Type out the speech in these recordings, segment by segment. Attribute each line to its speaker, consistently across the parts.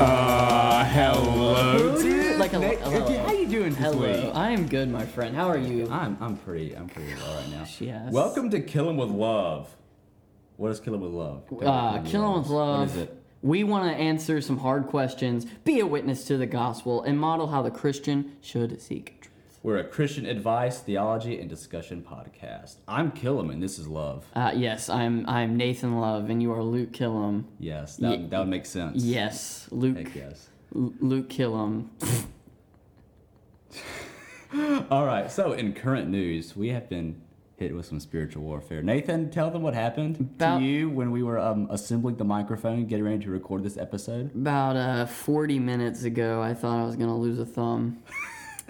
Speaker 1: Uh, hello, dude.
Speaker 2: Like a-
Speaker 1: Nick,
Speaker 2: hello.
Speaker 1: okay, How you doing this
Speaker 2: Hello,
Speaker 1: week?
Speaker 2: I am good, my friend. How are you?
Speaker 1: I'm I'm pretty I'm pretty well right now.
Speaker 2: Yes.
Speaker 1: Welcome to Killing with Love. What is Killing with Love?
Speaker 2: Uh, Killing with Love.
Speaker 1: What is it?
Speaker 2: We want to answer some hard questions, be a witness to the gospel, and model how the Christian should seek truth.
Speaker 1: We're a Christian advice, theology, and discussion podcast. I'm Killam, and this is Love.
Speaker 2: Uh, yes, I'm I'm Nathan Love, and you are Luke Killam.
Speaker 1: Yes, that,
Speaker 2: Ye-
Speaker 1: that would make sense.
Speaker 2: Yes, Luke.
Speaker 1: Heck yes.
Speaker 2: L- Luke Killam.
Speaker 1: All right. So in current news, we have been hit with some spiritual warfare. Nathan, tell them what happened
Speaker 2: About-
Speaker 1: to you when we were um, assembling the microphone, getting ready to record this episode.
Speaker 2: About uh, 40 minutes ago, I thought I was gonna lose a thumb.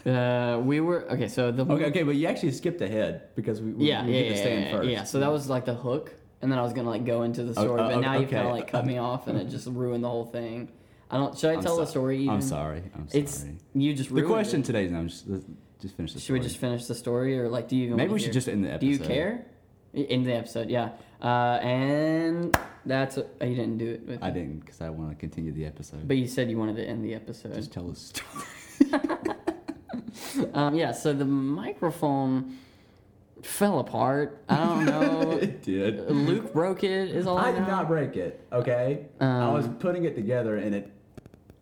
Speaker 2: uh, we were okay. So the
Speaker 1: Okay, okay, but you actually skipped ahead because we, we,
Speaker 2: yeah,
Speaker 1: we
Speaker 2: yeah,
Speaker 1: did the
Speaker 2: yeah,
Speaker 1: stand
Speaker 2: yeah,
Speaker 1: first.
Speaker 2: yeah. So that was like the hook, and then I was gonna like go into the story,
Speaker 1: oh,
Speaker 2: but now you
Speaker 1: okay.
Speaker 2: kind of like cut me off, and it just ruined the whole thing. I don't. Should I
Speaker 1: I'm
Speaker 2: tell the
Speaker 1: so-
Speaker 2: story? Even?
Speaker 1: I'm sorry. I'm sorry.
Speaker 2: It's you just
Speaker 1: the
Speaker 2: ruined
Speaker 1: question
Speaker 2: it.
Speaker 1: today is no, just let's just finish the
Speaker 2: Should we
Speaker 1: story.
Speaker 2: just finish the story, or like, do you even
Speaker 1: Maybe
Speaker 2: wanna
Speaker 1: we should
Speaker 2: hear-
Speaker 1: just end the episode.
Speaker 2: Do you care? I- In the episode, yeah. Uh, and that's a, oh, you didn't do it, with
Speaker 1: I didn't because I want to continue the episode.
Speaker 2: but you said you wanted to end the episode.
Speaker 1: just tell us. story.
Speaker 2: Um, yeah. So the microphone fell apart. I don't know.
Speaker 1: it did.
Speaker 2: Luke broke it. Is all uh, I, Um,
Speaker 1: I did
Speaker 2: know.
Speaker 1: not break it. Okay, I was putting it together and it.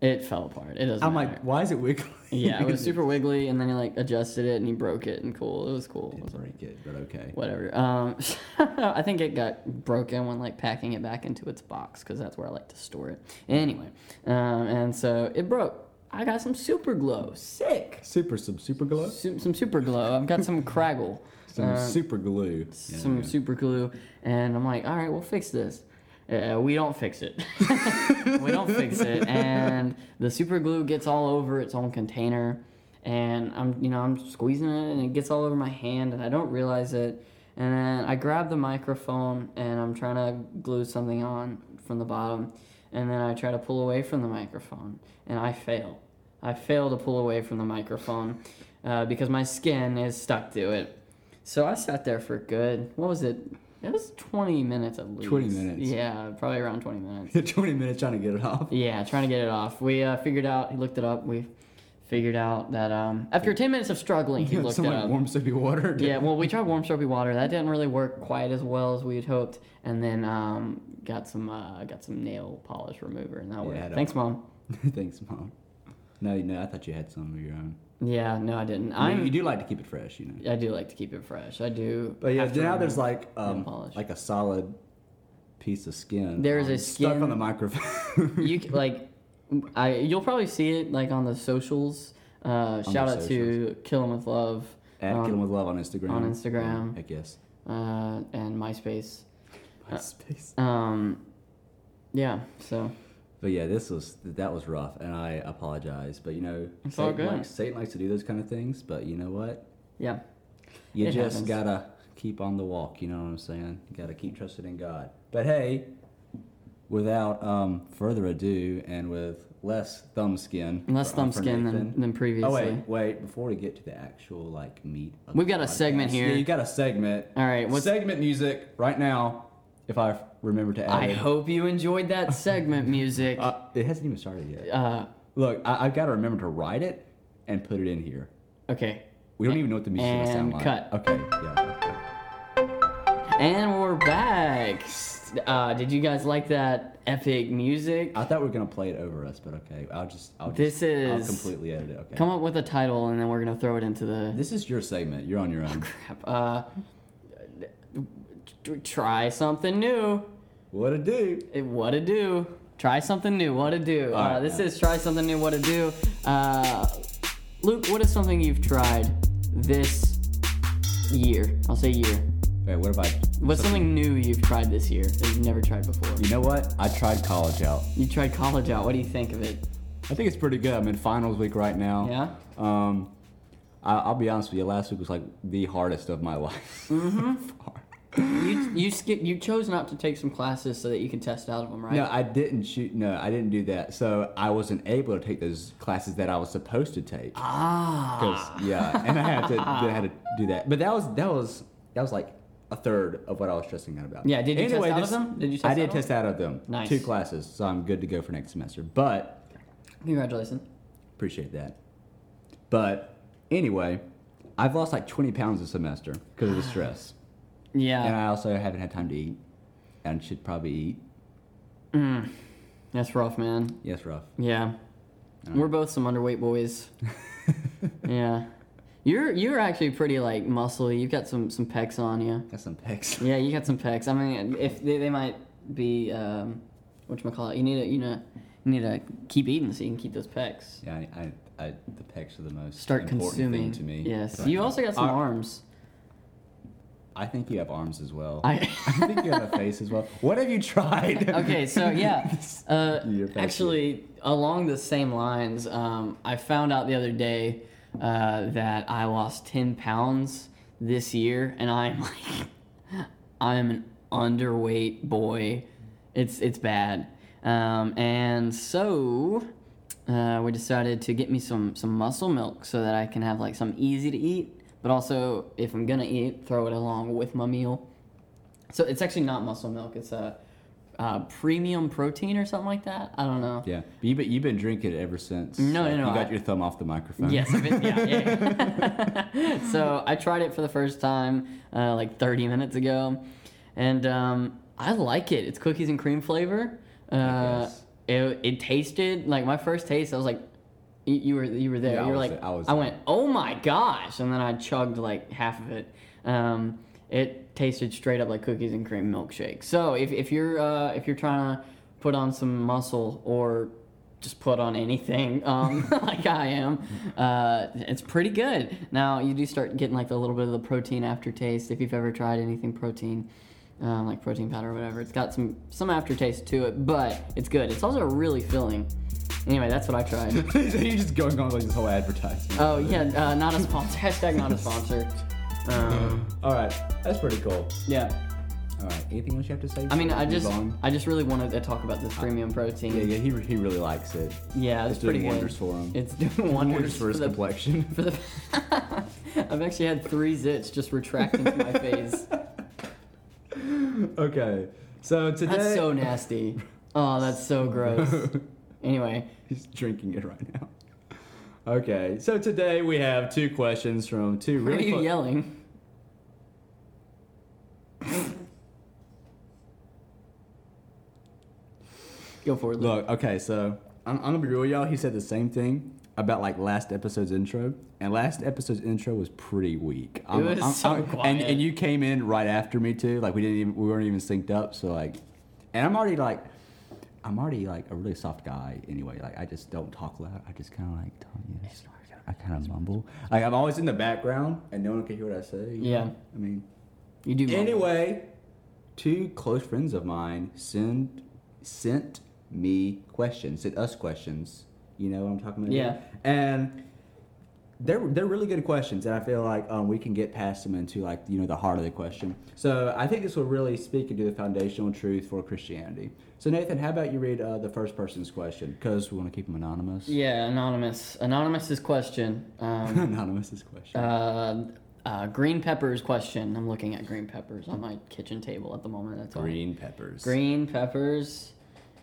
Speaker 2: It fell apart. It doesn't.
Speaker 1: I'm
Speaker 2: matter.
Speaker 1: like, why is it wiggling?
Speaker 2: Yeah, it was super wiggly, and then he like adjusted it, and he broke it, and cool. It was cool.
Speaker 1: Didn't break it, but okay.
Speaker 2: Whatever. Um, I think it got broken when like packing it back into its box because that's where I like to store it. Anyway, um, and so it broke. I got some super glow. Sick.
Speaker 1: Super some super glue.
Speaker 2: Su- some super glow. I've got some craggle.
Speaker 1: Some super glue. Yeah,
Speaker 2: Uh, some
Speaker 1: yeah.
Speaker 2: super glue, and I'm like, all right, we'll fix this. Uh, we don't fix it. we don't fix it, and the super glue gets all over its own container, and I'm, you know, I'm squeezing it, and it gets all over my hand, and I don't realize it, and then I grab the microphone, and I'm trying to glue something on from the bottom, and then I try to pull away from the microphone, and I fail. I fail to pull away from the microphone uh, because my skin is stuck to it. So I sat there for good. What was it? It was 20 minutes at least.
Speaker 1: 20 minutes.
Speaker 2: Yeah, probably around 20 minutes.
Speaker 1: 20 minutes trying to get it off.
Speaker 2: yeah, trying to get it off. We uh, figured out. He looked it up. We figured out that um, after 10 minutes of struggling, he looked it
Speaker 1: Some like
Speaker 2: up.
Speaker 1: warm soapy water. to-
Speaker 2: yeah, well, we tried warm soapy water. That didn't really work quite as well as we had hoped. And then um, got some uh, got some nail polish remover, and that worked.
Speaker 1: I don't-
Speaker 2: Thanks, mom.
Speaker 1: Thanks, mom. No, you know, I thought you had some of your own.
Speaker 2: Yeah, no, I didn't.
Speaker 1: I mean,
Speaker 2: I'm.
Speaker 1: you do like to keep it fresh, you know.
Speaker 2: I do like to keep it fresh. I do.
Speaker 1: But yeah,
Speaker 2: have to
Speaker 1: now there's
Speaker 2: remove-
Speaker 1: like um,
Speaker 2: polish.
Speaker 1: like a solid piece of skin.
Speaker 2: There is
Speaker 1: um,
Speaker 2: a
Speaker 1: stuck on
Speaker 2: skin-
Speaker 1: the microphone.
Speaker 2: you c- like I you'll probably see it like on the socials. Uh, shout out to Kill 'Em with Love
Speaker 1: At
Speaker 2: um,
Speaker 1: Killing with Love on Instagram.
Speaker 2: on Instagram.
Speaker 1: I guess.
Speaker 2: uh, and MySpace.
Speaker 1: MySpace.
Speaker 2: Um, yeah, so
Speaker 1: But yeah, this was that was rough, and I apologize. But you know,
Speaker 2: It's all
Speaker 1: Satan,
Speaker 2: good.
Speaker 1: Likes, Satan likes to do those kind of things. But you know what?
Speaker 2: yeah,
Speaker 1: You
Speaker 2: It
Speaker 1: just
Speaker 2: happens.
Speaker 1: gotta keep on the walk. You know what I'm saying? You gotta keep trusting in God. But hey, without um, further ado, and with less thumb skin,
Speaker 2: less
Speaker 1: for- uh,
Speaker 2: thumb
Speaker 1: for
Speaker 2: skin than,
Speaker 1: Nathan-
Speaker 2: than previously.
Speaker 1: Oh wait, wait! Before we get to the actual like meat, of
Speaker 2: We've
Speaker 1: the
Speaker 2: got a segment
Speaker 1: podcast.
Speaker 2: here.
Speaker 1: Yeah, you got a segment.
Speaker 2: All right, what's-
Speaker 1: segment music right now? If I remember to add,
Speaker 2: I
Speaker 1: it.
Speaker 2: hope you enjoyed that segment music.
Speaker 1: Uh, it hasn't even started yet.
Speaker 2: Uh,
Speaker 1: Look, I, I've got to remember to write it and put it in here.
Speaker 2: okay,
Speaker 1: We don't even know what the music is gonna sound like.
Speaker 2: And cut.
Speaker 1: Okay. Yeah.
Speaker 2: and we're back. Uh, did you guys like that epic music?
Speaker 1: I thought we were gonna play it over us, but okay. I'll just. I'll just
Speaker 2: This
Speaker 1: I'll
Speaker 2: is-
Speaker 1: completely edit it. Okay.
Speaker 2: Come up with a title, and then we're gonna throw it into the
Speaker 1: This is your segment. You're on your own.
Speaker 2: crap. Uh, t- try something new.
Speaker 1: what a do?
Speaker 2: It, what to do? Try something new. What to do? Uh,
Speaker 1: Alright,
Speaker 2: this
Speaker 1: yeah.
Speaker 2: is try something new. What to do? Uh, Luke, what is something you've tried this year? I'll say year.
Speaker 1: Wait, what if I?
Speaker 2: What's something new you've tried this year that you've never tried before?
Speaker 1: You know what? I tried college out.
Speaker 2: You tried college out. What do you think of it?
Speaker 1: I think it's pretty good. I'm in finals week right now.
Speaker 2: Yeah.
Speaker 1: Um, I, I'll be honest with you. Last week was like the hardest of my life.
Speaker 2: Mm-hmm. You you skip. You chose not to take some classes so that you can test out of them, right?
Speaker 1: No, I didn't shoot. No, I didn't do that. So I wasn't able to take those classes that I was supposed to take.
Speaker 2: Ah.
Speaker 1: 'Cause- yeah, and I had to then I had to do that. But that was that was that was like a third of what I was stressing out about.
Speaker 2: Yeah, did you test
Speaker 1: anyway,
Speaker 2: out
Speaker 1: this-
Speaker 2: of them? Did you
Speaker 1: I
Speaker 2: test
Speaker 1: did
Speaker 2: out of
Speaker 1: test out of them.
Speaker 2: Nice.
Speaker 1: Two classes, so I'm good to go for next semester. But
Speaker 2: Congratulations.
Speaker 1: Appreciate that. But anyway, I've lost like 20 pounds this semester because of the stress. and
Speaker 2: Yeah,
Speaker 1: I also haven't had time to eat and should probably eat.
Speaker 2: Mm. that's rough, man.
Speaker 1: Yes, rough.
Speaker 2: Yeah, we're both some underweight boys. yeah, you're you're actually pretty like muscly. You've got some some pecs on you.
Speaker 1: Got some pecs.
Speaker 2: Yeah, you got some pecs. I mean, if they, they might be um, what you call it. You need to you know you need to keep eating so you can keep those pecs.
Speaker 1: Yeah, I, I, I the pecs are the most
Speaker 2: Start
Speaker 1: important
Speaker 2: consuming.
Speaker 1: thing to me.
Speaker 2: Yes,
Speaker 1: But
Speaker 2: you also got some
Speaker 1: I-
Speaker 2: arms.
Speaker 1: I think you have arms as well. I,
Speaker 2: I.
Speaker 1: think you have a face as well. What have you tried?
Speaker 2: okay, so yeah, uh,
Speaker 1: You're back
Speaker 2: actually, along the same lines, um, I found out the other day uh, that I lost ten pounds this year, and I'm like, I'm an underweight boy. It's it's bad, um, and so uh, we decided to get me some some muscle milk so that I can have like some easy to eat, but also if I'm gonna eat, throw it along with my meal. So it's actually not muscle milk. It's a uh, premium protein or something like that. I don't know.
Speaker 1: Yeah, but you've been, you've been drinking it ever since.
Speaker 2: No, no, no,
Speaker 1: You got
Speaker 2: I-
Speaker 1: your thumb off the microphone.
Speaker 2: Yes, a bit- yeah, yeah, yeah. so I tried it for the first time uh, like 30 minutes ago, and um, I like it. It's cookies and cream flavor. Uh,
Speaker 1: guess.
Speaker 2: it, it tasted like my first taste. I was like, you, you were you were there.
Speaker 1: Yeah, I
Speaker 2: you were
Speaker 1: was
Speaker 2: like,
Speaker 1: there. I was there.
Speaker 2: went, oh my gosh, and then I chugged like half of it. Um, it tasted straight up like cookies and cream milkshake. So if, if you're uh, if you're trying to put on some muscle or just put on anything um, like I am, uh, it's pretty good. Now you do start getting like a little bit of the protein aftertaste if you've ever tried anything protein. Um, like protein powder or whatever. It's got some some aftertaste to it, but it's good. It's also really filling. Anyway, that's what I tried.
Speaker 1: so you're just going on with like this whole advertisement.
Speaker 2: Oh yeah, uh, not a sponsor. Hashtag not a sponsor. Um,
Speaker 1: All right, that's pretty cool.
Speaker 2: yeah,
Speaker 1: All right, anything else you have to say?
Speaker 2: I mean,
Speaker 1: before
Speaker 2: I
Speaker 1: we move
Speaker 2: just,
Speaker 1: on?
Speaker 2: I just really wanted to talk about this premium
Speaker 1: Yeah,
Speaker 2: protein.
Speaker 1: yeah, he, he really likes it.
Speaker 2: Yeah, it's
Speaker 1: It's doing
Speaker 2: pretty good.
Speaker 1: wonders for him.
Speaker 2: It's doing wonders
Speaker 1: Wonders for his
Speaker 2: the-
Speaker 1: complexion.
Speaker 2: For the, I've actually had three zits just retract into my face.
Speaker 1: okay, so today
Speaker 2: That's so nasty. Oh, that's so gross. Anyway,
Speaker 1: he's drinking it right now. Okay, so today we have two questions from two
Speaker 2: what are
Speaker 1: really
Speaker 2: you
Speaker 1: fun-
Speaker 2: yelling? Go for it.
Speaker 1: Look,
Speaker 2: Luke.
Speaker 1: okay, so I'm, I'm gonna be real, with y'all. He said the same thing about like last episode's intro, and last episode's intro was pretty weak. I'm,
Speaker 2: was
Speaker 1: I'm-
Speaker 2: so
Speaker 1: I'm- And,
Speaker 2: quiet.
Speaker 1: and you came in right after me too. Like we didn't even we weren't even synced up. So like, and I'm already like, I'm already like a really soft guy anyway. Like I just don't talk loud. I just kind of like talk. You know, just- I kind of mumble. Like I'm always in the background, and no one can hear what I say. you
Speaker 2: Yeah.
Speaker 1: know? I mean.
Speaker 2: You do. mumble.
Speaker 1: Anyway, two close friends of mine send sent me questions, sent us questions. You know what I'm talking about?
Speaker 2: Yeah.
Speaker 1: And they're they're really good questions, and I feel like um, we can get past them into like you know the heart of the question. So I think this will really speak into the foundational truth for Christianity. So Nathan, how about you read uh, the first person's question because we want to keep them anonymous.
Speaker 2: Yeah, anonymous. Anonymous's question. Um,
Speaker 1: Anonymous's question.
Speaker 2: uh, uh, green peppers question. I'm looking at green peppers on my kitchen table at the moment. That's all.
Speaker 1: Green peppers.
Speaker 2: Green peppers.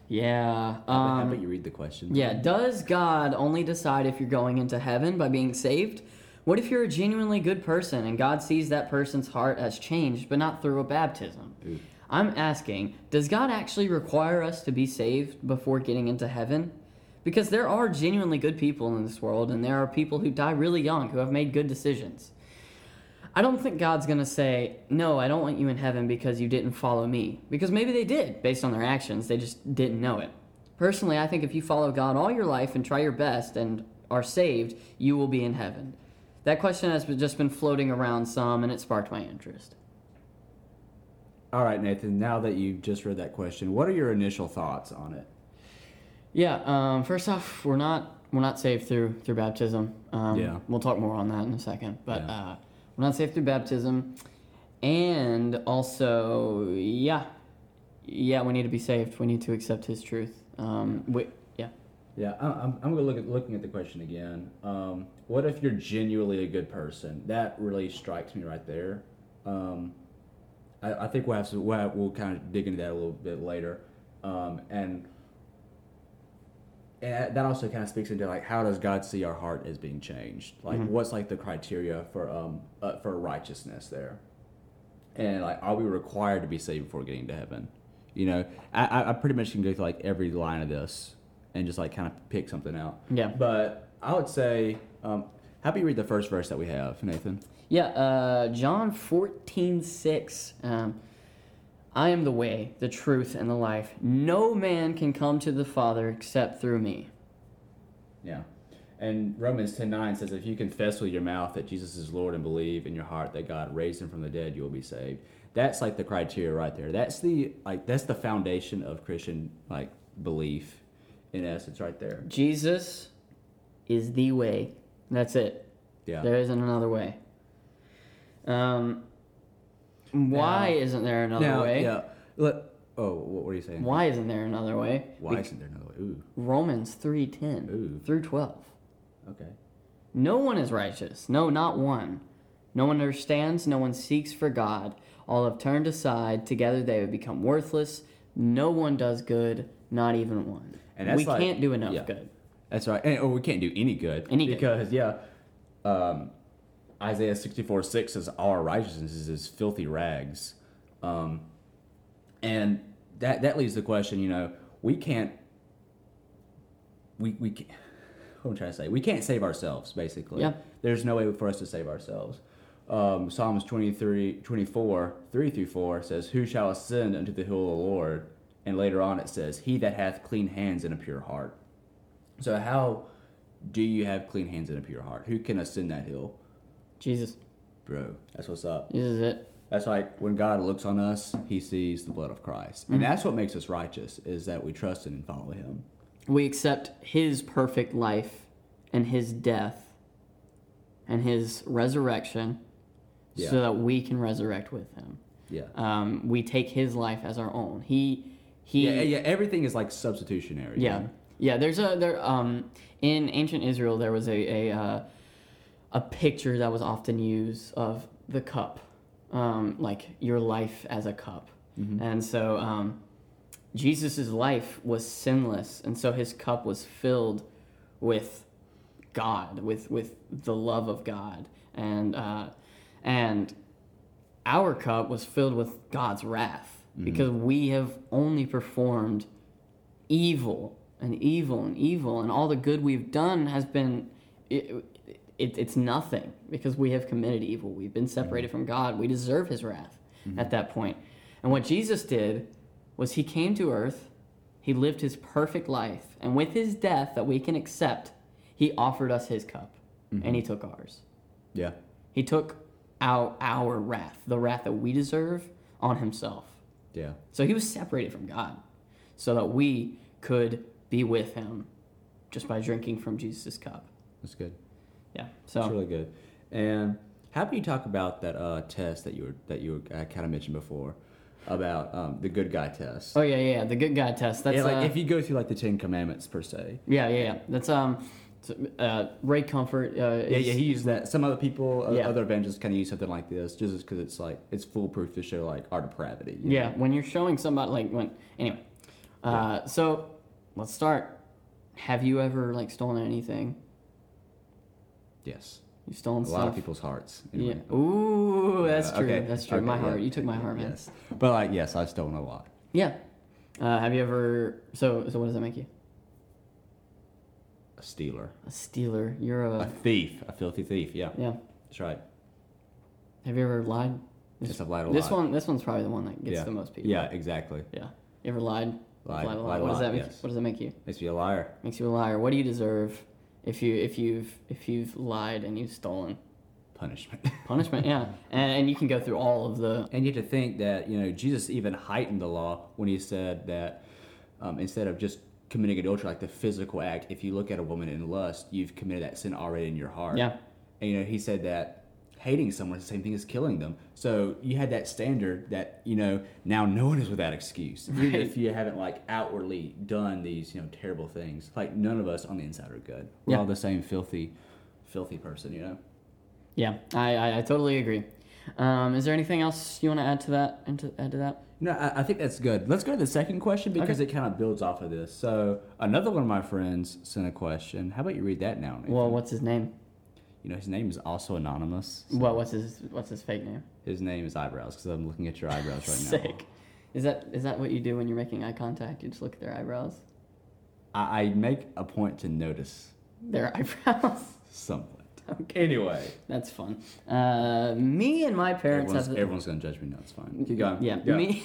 Speaker 2: Yeah.
Speaker 1: How
Speaker 2: Um,
Speaker 1: about you read the question?
Speaker 2: yeah. Does God only decide if you're going into heaven by being saved? What if you're a genuinely good person and God sees that person's heart as changed, but not through a baptism?
Speaker 1: Ooh.
Speaker 2: I'm asking, does God actually require us to be saved before getting into heaven? Because there are genuinely good people in this world, and there are people who die really young who have made good decisions. I don't think God's going to say, No, I don't want you in heaven because you didn't follow me. Because maybe they did, based on their actions, they just didn't know it. Personally, I think if you follow God all your life and try your best and are saved, you will be in heaven. That question has been- just been floating around some, and it sparked my interest.
Speaker 1: All right, Nathan, now that you've just read that question, what are your initial thoughts on it?
Speaker 2: Yeah. Um, first off, we're not we're not saved through through baptism. Um,
Speaker 1: Yeah.
Speaker 2: We'll talk more on that in a second, but
Speaker 1: Yeah.
Speaker 2: uh, we're not saved through baptism, and also yeah, yeah, we need to be saved. We need to accept His truth. Um, we, yeah.
Speaker 1: Yeah, I- I'm, I'm gonna look at, looking at the question again. Um, what if you're genuinely a good person? That really strikes me right there. Um, I, I think we'll have to, we'll, have- we'll kind of dig into that a little bit later. Um, and and that also kind of speaks into like how does God see our heart as being changed? Like what's like the criteria for um uh, for righteousness there? And like are we required to be saved before getting to heaven? You know, I- I, I pretty much can go through like every line of this and just like kind of pick something out.
Speaker 2: Yeah.
Speaker 1: But I would say, um, how about you read the first verse that we have, Nathan?
Speaker 2: Yeah, uh, John fourteen six. Um, I am the way, the truth, and the life. No man can come to the Father except through me.
Speaker 1: Yeah. And Romans ten nine says, If you confess with your mouth that Jesus is Lord and believe in your heart that God raised him from the dead, you will be saved. That's like the criteria right there. That's the like that's the foundation of Christian like belief in essence right there.
Speaker 2: Jesus is the way. That's it.
Speaker 1: Yeah.
Speaker 2: There isn't another way. Um, why
Speaker 1: Now-
Speaker 2: isn't there another
Speaker 1: now,
Speaker 2: way?
Speaker 1: yeah. Look, oh, what were you saying?
Speaker 2: Why isn't there another way?
Speaker 1: Why isn't there another way? Ooh.
Speaker 2: Romans three ten
Speaker 1: Ooh.
Speaker 2: through twelve.
Speaker 1: Okay.
Speaker 2: No one is righteous. No, not one. No one understands. No one seeks for God. All have turned aside. Together they have become worthless. No one does good. Not even one.
Speaker 1: And that's
Speaker 2: we
Speaker 1: like-
Speaker 2: can't do enough
Speaker 1: yeah.
Speaker 2: good.
Speaker 1: That's right. And, or we can't do any good.
Speaker 2: Any good.
Speaker 1: because, yeah, um, Isaiah 64 6 says, Our righteousness is as filthy rags. Um, and that, that leaves the question, you know, we can't, we, we can't, what am I trying to say? We can't save ourselves, basically.
Speaker 2: Yeah.
Speaker 1: There's no way for us to save ourselves. Um, Psalms 23, 24, 3 through 4 says, Who shall ascend unto the hill of the Lord? And later on it says, He that hath clean hands and a pure heart. So how do you have clean hands and a pure heart? Who can ascend that hill,
Speaker 2: Jesus,
Speaker 1: bro? That's what's up.
Speaker 2: this is it.
Speaker 1: That's like when God looks on us, He sees the blood of Christ, and that's what makes us righteous. Is that we trust in and follow Him.
Speaker 2: We accept His perfect life and His death and His resurrection,
Speaker 1: Yeah.
Speaker 2: so that we can resurrect with Him.
Speaker 1: Yeah.
Speaker 2: Um, we take His life as our own. He, He,
Speaker 1: Yeah, yeah. Everything is like substitutionary. you
Speaker 2: Yeah,
Speaker 1: know?
Speaker 2: yeah. There's a there um in ancient Israel there was a a uh, a picture that was often used of the cup, um, like your life as a cup, and so um, Jesus's life was sinless, and so his cup was filled with God, with with the love of God, and uh, and our cup was filled with God's wrath because we have only performed evil and evil and evil and all the good we've done has been it, it, it's nothing because we have committed evil we've been separated from god we deserve his wrath at that point point. and what jesus did was he came to earth he lived his perfect life and with his death that we can accept he offered us his cup and he took ours
Speaker 1: Yeah.
Speaker 2: he took our, our wrath the wrath that we deserve on himself
Speaker 1: Yeah.
Speaker 2: so he was separated from God so that we could be with him just by drinking from Jesus' cup.
Speaker 1: That's good.
Speaker 2: Yeah.
Speaker 1: That's
Speaker 2: So
Speaker 1: really good. And how about you talk about that uh, test that you were that you were, I kind of mentioned before about um, the good guy test?
Speaker 2: Oh yeah, yeah, yeah, the good guy test. That's
Speaker 1: yeah, like
Speaker 2: uh,
Speaker 1: if you go through like the Ten Commandments per se.
Speaker 2: yeah, yeah, yeah. That's um uh, Ray Comfort. Uh,
Speaker 1: Yeah,
Speaker 2: is-
Speaker 1: yeah, he used that. Some other people, o-
Speaker 2: Yeah.
Speaker 1: other evangelists, kind of use something like this, just because it's like it's foolproof to show like our depravity. you know?
Speaker 2: Yeah, when you're showing somebody like when anyway. Uh, so let's start. Have you ever like stolen anything?
Speaker 1: Yes.
Speaker 2: You've stolen
Speaker 1: A
Speaker 2: stuff.
Speaker 1: lot of people's hearts. anyway.
Speaker 2: Yeah. Ooh, that's
Speaker 1: Uh,
Speaker 2: true.
Speaker 1: okay,
Speaker 2: That's true.
Speaker 1: okay,
Speaker 2: my
Speaker 1: yeah,
Speaker 2: heart. You took my heart, man.
Speaker 1: Yes. But like, yes, I've stolen a lot.
Speaker 2: Yeah. Uh, have you ever? So, so what does that make you?
Speaker 1: A stealer,
Speaker 2: A stealer. You're
Speaker 1: a thief, a filthy thief. Yeah,
Speaker 2: Yeah.
Speaker 1: that's right.
Speaker 2: Have you ever lied? This,
Speaker 1: Yes, I've lied a
Speaker 2: this
Speaker 1: lot.
Speaker 2: one, this one's probably the one that gets
Speaker 1: yeah.
Speaker 2: the most people.
Speaker 1: Yeah, exactly.
Speaker 2: Yeah. You ever lied?
Speaker 1: Lied-
Speaker 2: a lot.
Speaker 1: lied a
Speaker 2: what does
Speaker 1: lot,
Speaker 2: that make?
Speaker 1: yes.
Speaker 2: What does that make you?
Speaker 1: Makes me a liar.
Speaker 2: Makes you a liar. What do you deserve if you if you've if you've lied and you've stolen?
Speaker 1: Punishment.
Speaker 2: Punishment. yeah. And, and you can go through all of the.
Speaker 1: And you have to think that you know Jesus even heightened the law when he said that um, instead of just committing adultery, like the physical act, if you look at a woman in lust, you've committed that sin already in your heart.
Speaker 2: Yeah.
Speaker 1: And you know he said that hating someone is the same thing as killing them. So you had that standard that you know now no one is without excuse, even if you haven't like outwardly done these you know terrible things. Like none of us on the inside are good. We're
Speaker 2: Yeah.
Speaker 1: all the same filthy, filthy person. You know.
Speaker 2: Yeah. I I, I totally agree. Um, is there anything else you want to add to that? And to add to that?
Speaker 1: No, I, I think that's good. Let's go to the second question because it kind of builds off of this. So another one of my friends sent a question. How about you read that now? Nathan?
Speaker 2: Well, what's his name?
Speaker 1: you know his name is also anonymous. so
Speaker 2: What what's his what's his fake name?
Speaker 1: His name is eyebrows because I'm looking at your eyebrows right now.
Speaker 2: Sick. Is that is that what you do when you're making eye contact? You just look at their eyebrows.
Speaker 1: I, I make a point to notice
Speaker 2: Their eyebrows.
Speaker 1: somewhat.
Speaker 2: Okay.
Speaker 1: Anyway,
Speaker 2: That's fun. Uh, me and my parents
Speaker 1: everyone's,
Speaker 2: have the, Mm,
Speaker 1: everyone's gonna judge me. No, it's fine. Keep going.
Speaker 2: yeah
Speaker 1: Go.
Speaker 2: me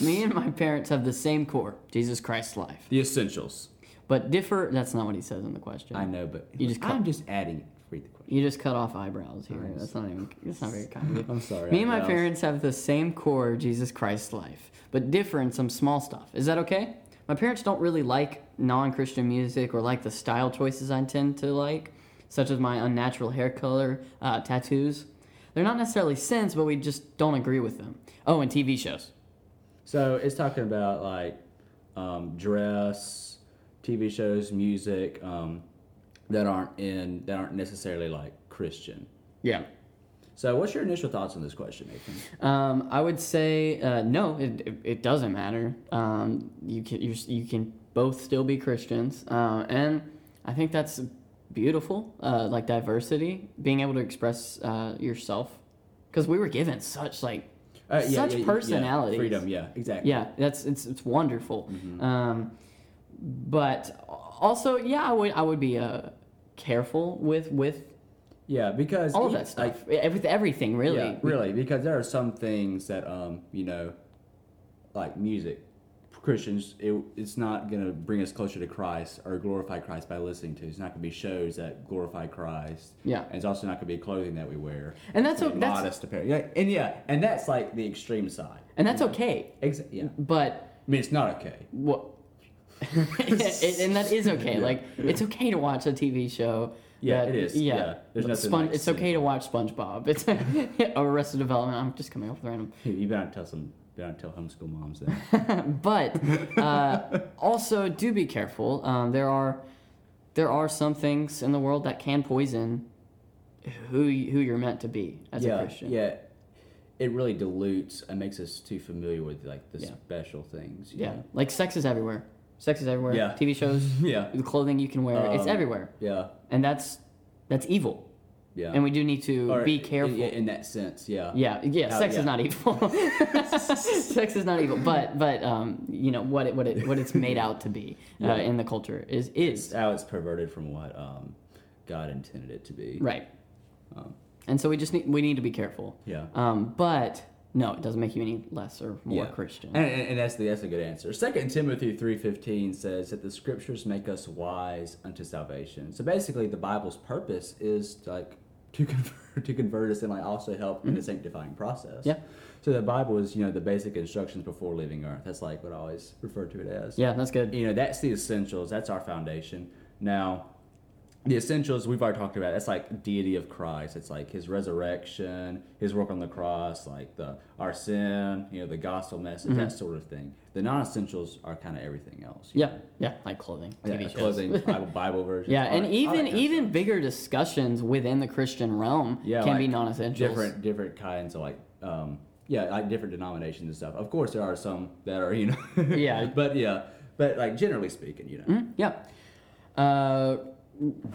Speaker 2: me and my parents have the same core Jesus Christ life,
Speaker 1: The essentials.
Speaker 2: but differ. That's not what he says in the question.
Speaker 1: I know, but
Speaker 2: You just cut-
Speaker 1: I'm just adding it. Read the question.
Speaker 2: You just cut off eyebrows here.
Speaker 1: Nice.
Speaker 2: That's not even. That's not very kind.
Speaker 1: I'm sorry.
Speaker 2: Me and my
Speaker 1: eyebrows.
Speaker 2: parents have the same core Jesus Christ life, but differ in some small stuff. Is that okay? My parents don't really like non Christian music or like the style choices I tend to like, such as my unnatural hair color, uh, tattoos. They're not necessarily sins, but we just don't agree with them. Oh, and TV shows.
Speaker 1: So it's talking about like um, dress, TV shows, music um, that aren't in that aren't necessarily like Christian.
Speaker 2: Yeah.
Speaker 1: So what's your initial thoughts on this question, Nathan?
Speaker 2: Um, I would say uh, no. It, it, it doesn't matter. Um, you can you're, you can both still be Christians, uh, and I think that's beautiful. Uh, like diversity, being able to express uh, yourself, because we were given such like
Speaker 1: Uh,
Speaker 2: Such personalities.
Speaker 1: freedom. Yeah, exactly.
Speaker 2: yeah, that's it's it's wonderful.
Speaker 1: Mm-hmm.
Speaker 2: Um, but also, yeah, I would I would be uh, careful with with
Speaker 1: Yeah, because
Speaker 2: all of
Speaker 1: e-
Speaker 2: that stuff, with everything really.
Speaker 1: Yeah, really, because there are some things that um, you know, like music, Christians, it, it's not gonna bring us closer to Christ or glorify Christ by listening to. It's not gonna be shows that glorify Christ.
Speaker 2: Yeah.
Speaker 1: and it's also not gonna be clothing that we wear.
Speaker 2: And that's
Speaker 1: It's
Speaker 2: o-
Speaker 1: gonna be
Speaker 2: that's-
Speaker 1: modest apparel. Yeah, and yeah, and that's like the extreme side.
Speaker 2: and that's okay.
Speaker 1: Ex- yeah, I
Speaker 2: But
Speaker 1: mean it's not okay.
Speaker 2: Well, and that is okay.
Speaker 1: Yeah.
Speaker 2: Like it's okay to watch a TV show.
Speaker 1: Yeah,
Speaker 2: that-
Speaker 1: it is. Yeah, there's
Speaker 2: But
Speaker 1: nothing
Speaker 2: Spon-
Speaker 1: like
Speaker 2: it's okay to watch SpongeBob. It's Arrested Development. I'm just coming up with random.
Speaker 1: You better not tell some. Better not tell homeschool moms that.
Speaker 2: But uh, also, do be careful. Um, there are there are some things in the world that can poison who y- who you're meant to be as
Speaker 1: yeah,
Speaker 2: a Christian.
Speaker 1: Yeah. It really dilutes and makes us too familiar with like the
Speaker 2: Yeah.
Speaker 1: special things. you
Speaker 2: Yeah.
Speaker 1: know?
Speaker 2: Like sex is everywhere. Sex is everywhere.
Speaker 1: Yeah.
Speaker 2: TV shows,
Speaker 1: Yeah.
Speaker 2: the clothing you can wear, it's
Speaker 1: Um,
Speaker 2: everywhere,
Speaker 1: Yeah.
Speaker 2: and that's that's evil.
Speaker 1: Yeah.
Speaker 2: And we do need to
Speaker 1: Or
Speaker 2: be
Speaker 1: in-
Speaker 2: careful.
Speaker 1: In, in that sense, yeah.
Speaker 2: Yeah, yeah.
Speaker 1: How- Oh,
Speaker 2: sex
Speaker 1: yeah.
Speaker 2: is not evil. sex is not evil, but but um, you know what it what it what it's made out to be uh,
Speaker 1: Yeah.
Speaker 2: in the culture is
Speaker 1: It's
Speaker 2: is
Speaker 1: how it's perverted from what um, God intended it to be.
Speaker 2: right,
Speaker 1: Um,
Speaker 2: and so we just need we need to be careful.
Speaker 1: Yeah.
Speaker 2: Um, but no, it doesn't make you any less or more
Speaker 1: Yeah.
Speaker 2: Christian.
Speaker 1: And, and, and that's the that's a good answer. Second Timothy three fifteen says that the scriptures make us wise unto salvation. So basically, the Bible's purpose is to, like to convert to convert us and like also help in the sanctifying process.
Speaker 2: Mm-hmm. Yeah.
Speaker 1: So the Bible is you know the basic instructions before leaving Earth. That's like what I always refer to it as.
Speaker 2: yeah, that's good.
Speaker 1: You know that's the essentials. That's our foundation. Now, the essentials we've already talked about. That's like deity of Christ. It's like His resurrection, His work on the cross, like the our sin. You know the gospel message,
Speaker 2: Mm-hmm.
Speaker 1: that sort of thing. The non-essentials are kind of everything else. you
Speaker 2: Yeah,
Speaker 1: know?
Speaker 2: yeah, like clothing,
Speaker 1: Yeah,
Speaker 2: TV shows.
Speaker 1: clothing, Bible, Bible versions.
Speaker 2: Yeah,
Speaker 1: all
Speaker 2: and
Speaker 1: that- all that
Speaker 2: even
Speaker 1: kind of
Speaker 2: even bigger discussions within the Christian realm
Speaker 1: Yeah,
Speaker 2: can
Speaker 1: like
Speaker 2: be non-essentials.
Speaker 1: different different kinds of like um yeah like different denominations and stuff of course there are some that are you know
Speaker 2: Yeah. Mm-hmm.
Speaker 1: but yeah but like generally speaking you know
Speaker 2: Yeah. Uh,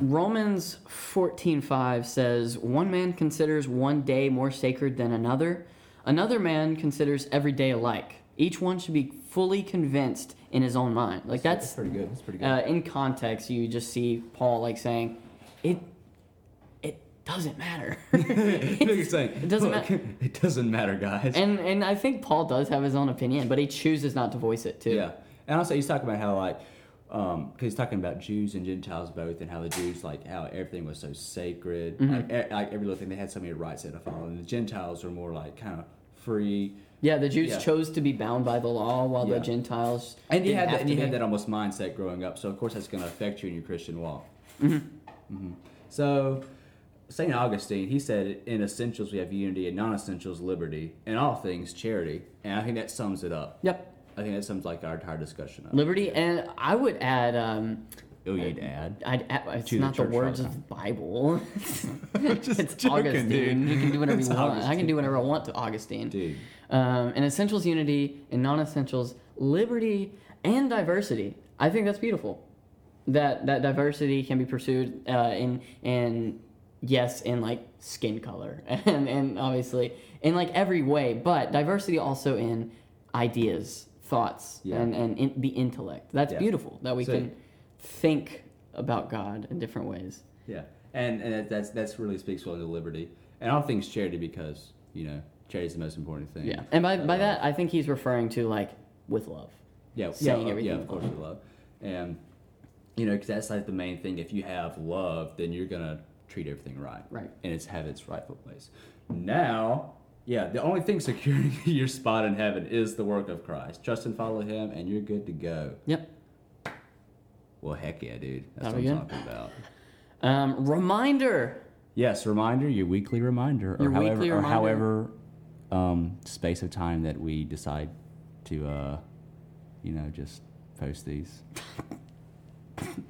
Speaker 2: Romans 14:5 says, "One man considers one day more sacred than another; another man considers every day alike. Each one should be fully convinced in his own mind." Like that's
Speaker 1: pretty good that's pretty good
Speaker 2: uh, in context, you just see Paul like saying, "It it doesn't matter."
Speaker 1: Look, he's saying,
Speaker 2: it doesn't
Speaker 1: "Look,
Speaker 2: matter.
Speaker 1: it doesn't matter guys
Speaker 2: And and I think Paul does have his own opinion, but he chooses not to voice it too.
Speaker 1: yeah and also he's talking about how like um, 'cause he's talking about Jews and Gentiles both, and how the Jews like how everything was so sacred,
Speaker 2: Mm-hmm.
Speaker 1: like, e- like every little thing they had so many rights they had to follow, and the Gentiles were more like kind of free,
Speaker 2: Yeah, the Jews
Speaker 1: Yeah.
Speaker 2: chose to be bound by the law, while
Speaker 1: Yeah.
Speaker 2: the Gentiles
Speaker 1: and you
Speaker 2: didn't
Speaker 1: had
Speaker 2: have
Speaker 1: that, and
Speaker 2: to
Speaker 1: you
Speaker 2: be.
Speaker 1: had that almost mindset growing up. So of course that's going to affect you in your Christian walk.
Speaker 2: Mm-hmm.
Speaker 1: Mhm. So Saint Augustine he said in essentials we have unity, in non-essentials liberty, in all things charity, and I think that sums it up.
Speaker 2: Yep.
Speaker 1: I think that sums like our entire discussion up.
Speaker 2: Liberty, and I would add um,
Speaker 1: Oh, you'd add.
Speaker 2: I'd, I- it's
Speaker 1: To the
Speaker 2: not the,
Speaker 1: church
Speaker 2: words
Speaker 1: father.
Speaker 2: of the Bible.
Speaker 1: Just
Speaker 2: it's
Speaker 1: joking,
Speaker 2: Augustine.
Speaker 1: dude.
Speaker 2: You can do whatever
Speaker 1: It's
Speaker 2: you want. I can
Speaker 1: Augustine.
Speaker 2: do whatever I want to Augustine.
Speaker 1: Dude.
Speaker 2: Um, and essentials unity and non-essentials liberty and diversity. I think that's beautiful. That that diversity can be pursued uh, in in yes in like skin color and and obviously in like every way, but diversity also in ideas, thoughts,
Speaker 1: Yeah.
Speaker 2: and and in the intellect. That's
Speaker 1: Yeah.
Speaker 2: beautiful that we
Speaker 1: So-
Speaker 2: can think about God in different ways.
Speaker 1: Yeah, and and that, that's that's really speaks well to liberty and all things charity because you know charity is the most important thing.
Speaker 2: Yeah, and by by
Speaker 1: Uh,
Speaker 2: that I think he's referring to like with love.
Speaker 1: yeah, yeah,
Speaker 2: saying
Speaker 1: oh,
Speaker 2: everything
Speaker 1: yeah, of
Speaker 2: with
Speaker 1: course, with love, and you know, because that's like the main thing. If you have love, then you're gonna treat everything right,
Speaker 2: Right.
Speaker 1: and it's have its rightful place. Now, yeah, the only thing securing your spot in heaven is the work of Christ. Trust and follow Him, and you're good to go.
Speaker 2: Yep.
Speaker 1: Well, heck yeah, dude, that's
Speaker 2: That'll
Speaker 1: what I'm
Speaker 2: be good.
Speaker 1: talking about.
Speaker 2: Um, reminder.
Speaker 1: Yes, reminder, your weekly reminder, or
Speaker 2: Your
Speaker 1: however,
Speaker 2: weekly
Speaker 1: or
Speaker 2: reminder.
Speaker 1: however um, space of time that we decide to, uh, you know, just post these.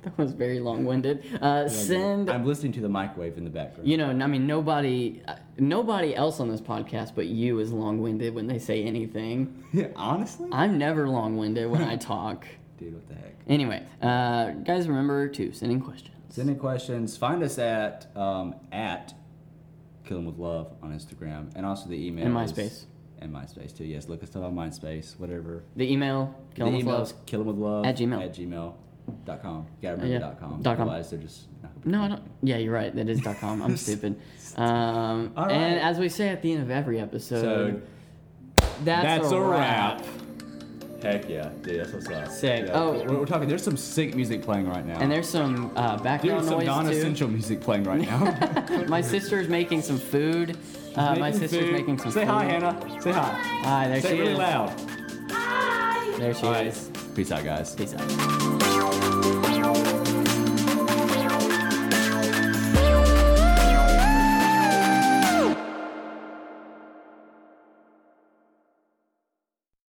Speaker 2: That was very long-winded. Uh, send.
Speaker 1: I'm listening to the microwave in the background.
Speaker 2: You know, I mean, nobody, uh, nobody else on this podcast but you is long-winded when they say anything.
Speaker 1: Yeah, honestly,
Speaker 2: I'm never long-winded when I talk.
Speaker 1: dude, what the heck?
Speaker 2: Anyway, uh, guys, remember to send in questions.
Speaker 1: Send in questions. Find us at um, at Kill 'Em with love on Instagram, and also the email
Speaker 2: And
Speaker 1: is-
Speaker 2: MySpace.
Speaker 1: and MySpace too. Yes, look us up on MySpace, whatever.
Speaker 2: The email, kill
Speaker 1: the
Speaker 2: with
Speaker 1: email is
Speaker 2: love.
Speaker 1: kill 'em with love
Speaker 2: At Gmail.
Speaker 1: at gmail. Dot com. You gotta remember
Speaker 2: Yeah,
Speaker 1: dot com.
Speaker 2: dot com.
Speaker 1: Otherwise, they're just not gonna be
Speaker 2: No, I don't. Yeah, you're right. That is dot .com. I'm stupid. Um,
Speaker 1: All
Speaker 2: And
Speaker 1: right.
Speaker 2: as we say at the end of every
Speaker 1: So
Speaker 2: episode, that's,
Speaker 1: That's
Speaker 2: a,
Speaker 1: a
Speaker 2: wrap.
Speaker 1: wrap. Heck yeah, dude, that's what's up.
Speaker 2: Sick.
Speaker 1: Yeah.
Speaker 2: Oh.
Speaker 1: we're, we're talking. There's some sick music playing right now.
Speaker 2: And there's some uh,
Speaker 1: Dude,
Speaker 2: background
Speaker 1: some
Speaker 2: noise too.
Speaker 1: non-essential music playing right now.
Speaker 2: My sister's making some food. Uh, my
Speaker 1: Making
Speaker 2: sister's
Speaker 1: food.
Speaker 2: making some
Speaker 1: Say
Speaker 2: food.
Speaker 1: hi, Hannah. Say hi.
Speaker 2: Hi, there
Speaker 1: Say
Speaker 2: she
Speaker 1: it really
Speaker 2: is.
Speaker 1: loud.
Speaker 2: There she
Speaker 1: All right.
Speaker 2: is.
Speaker 1: Peace out, guys.
Speaker 2: Peace out.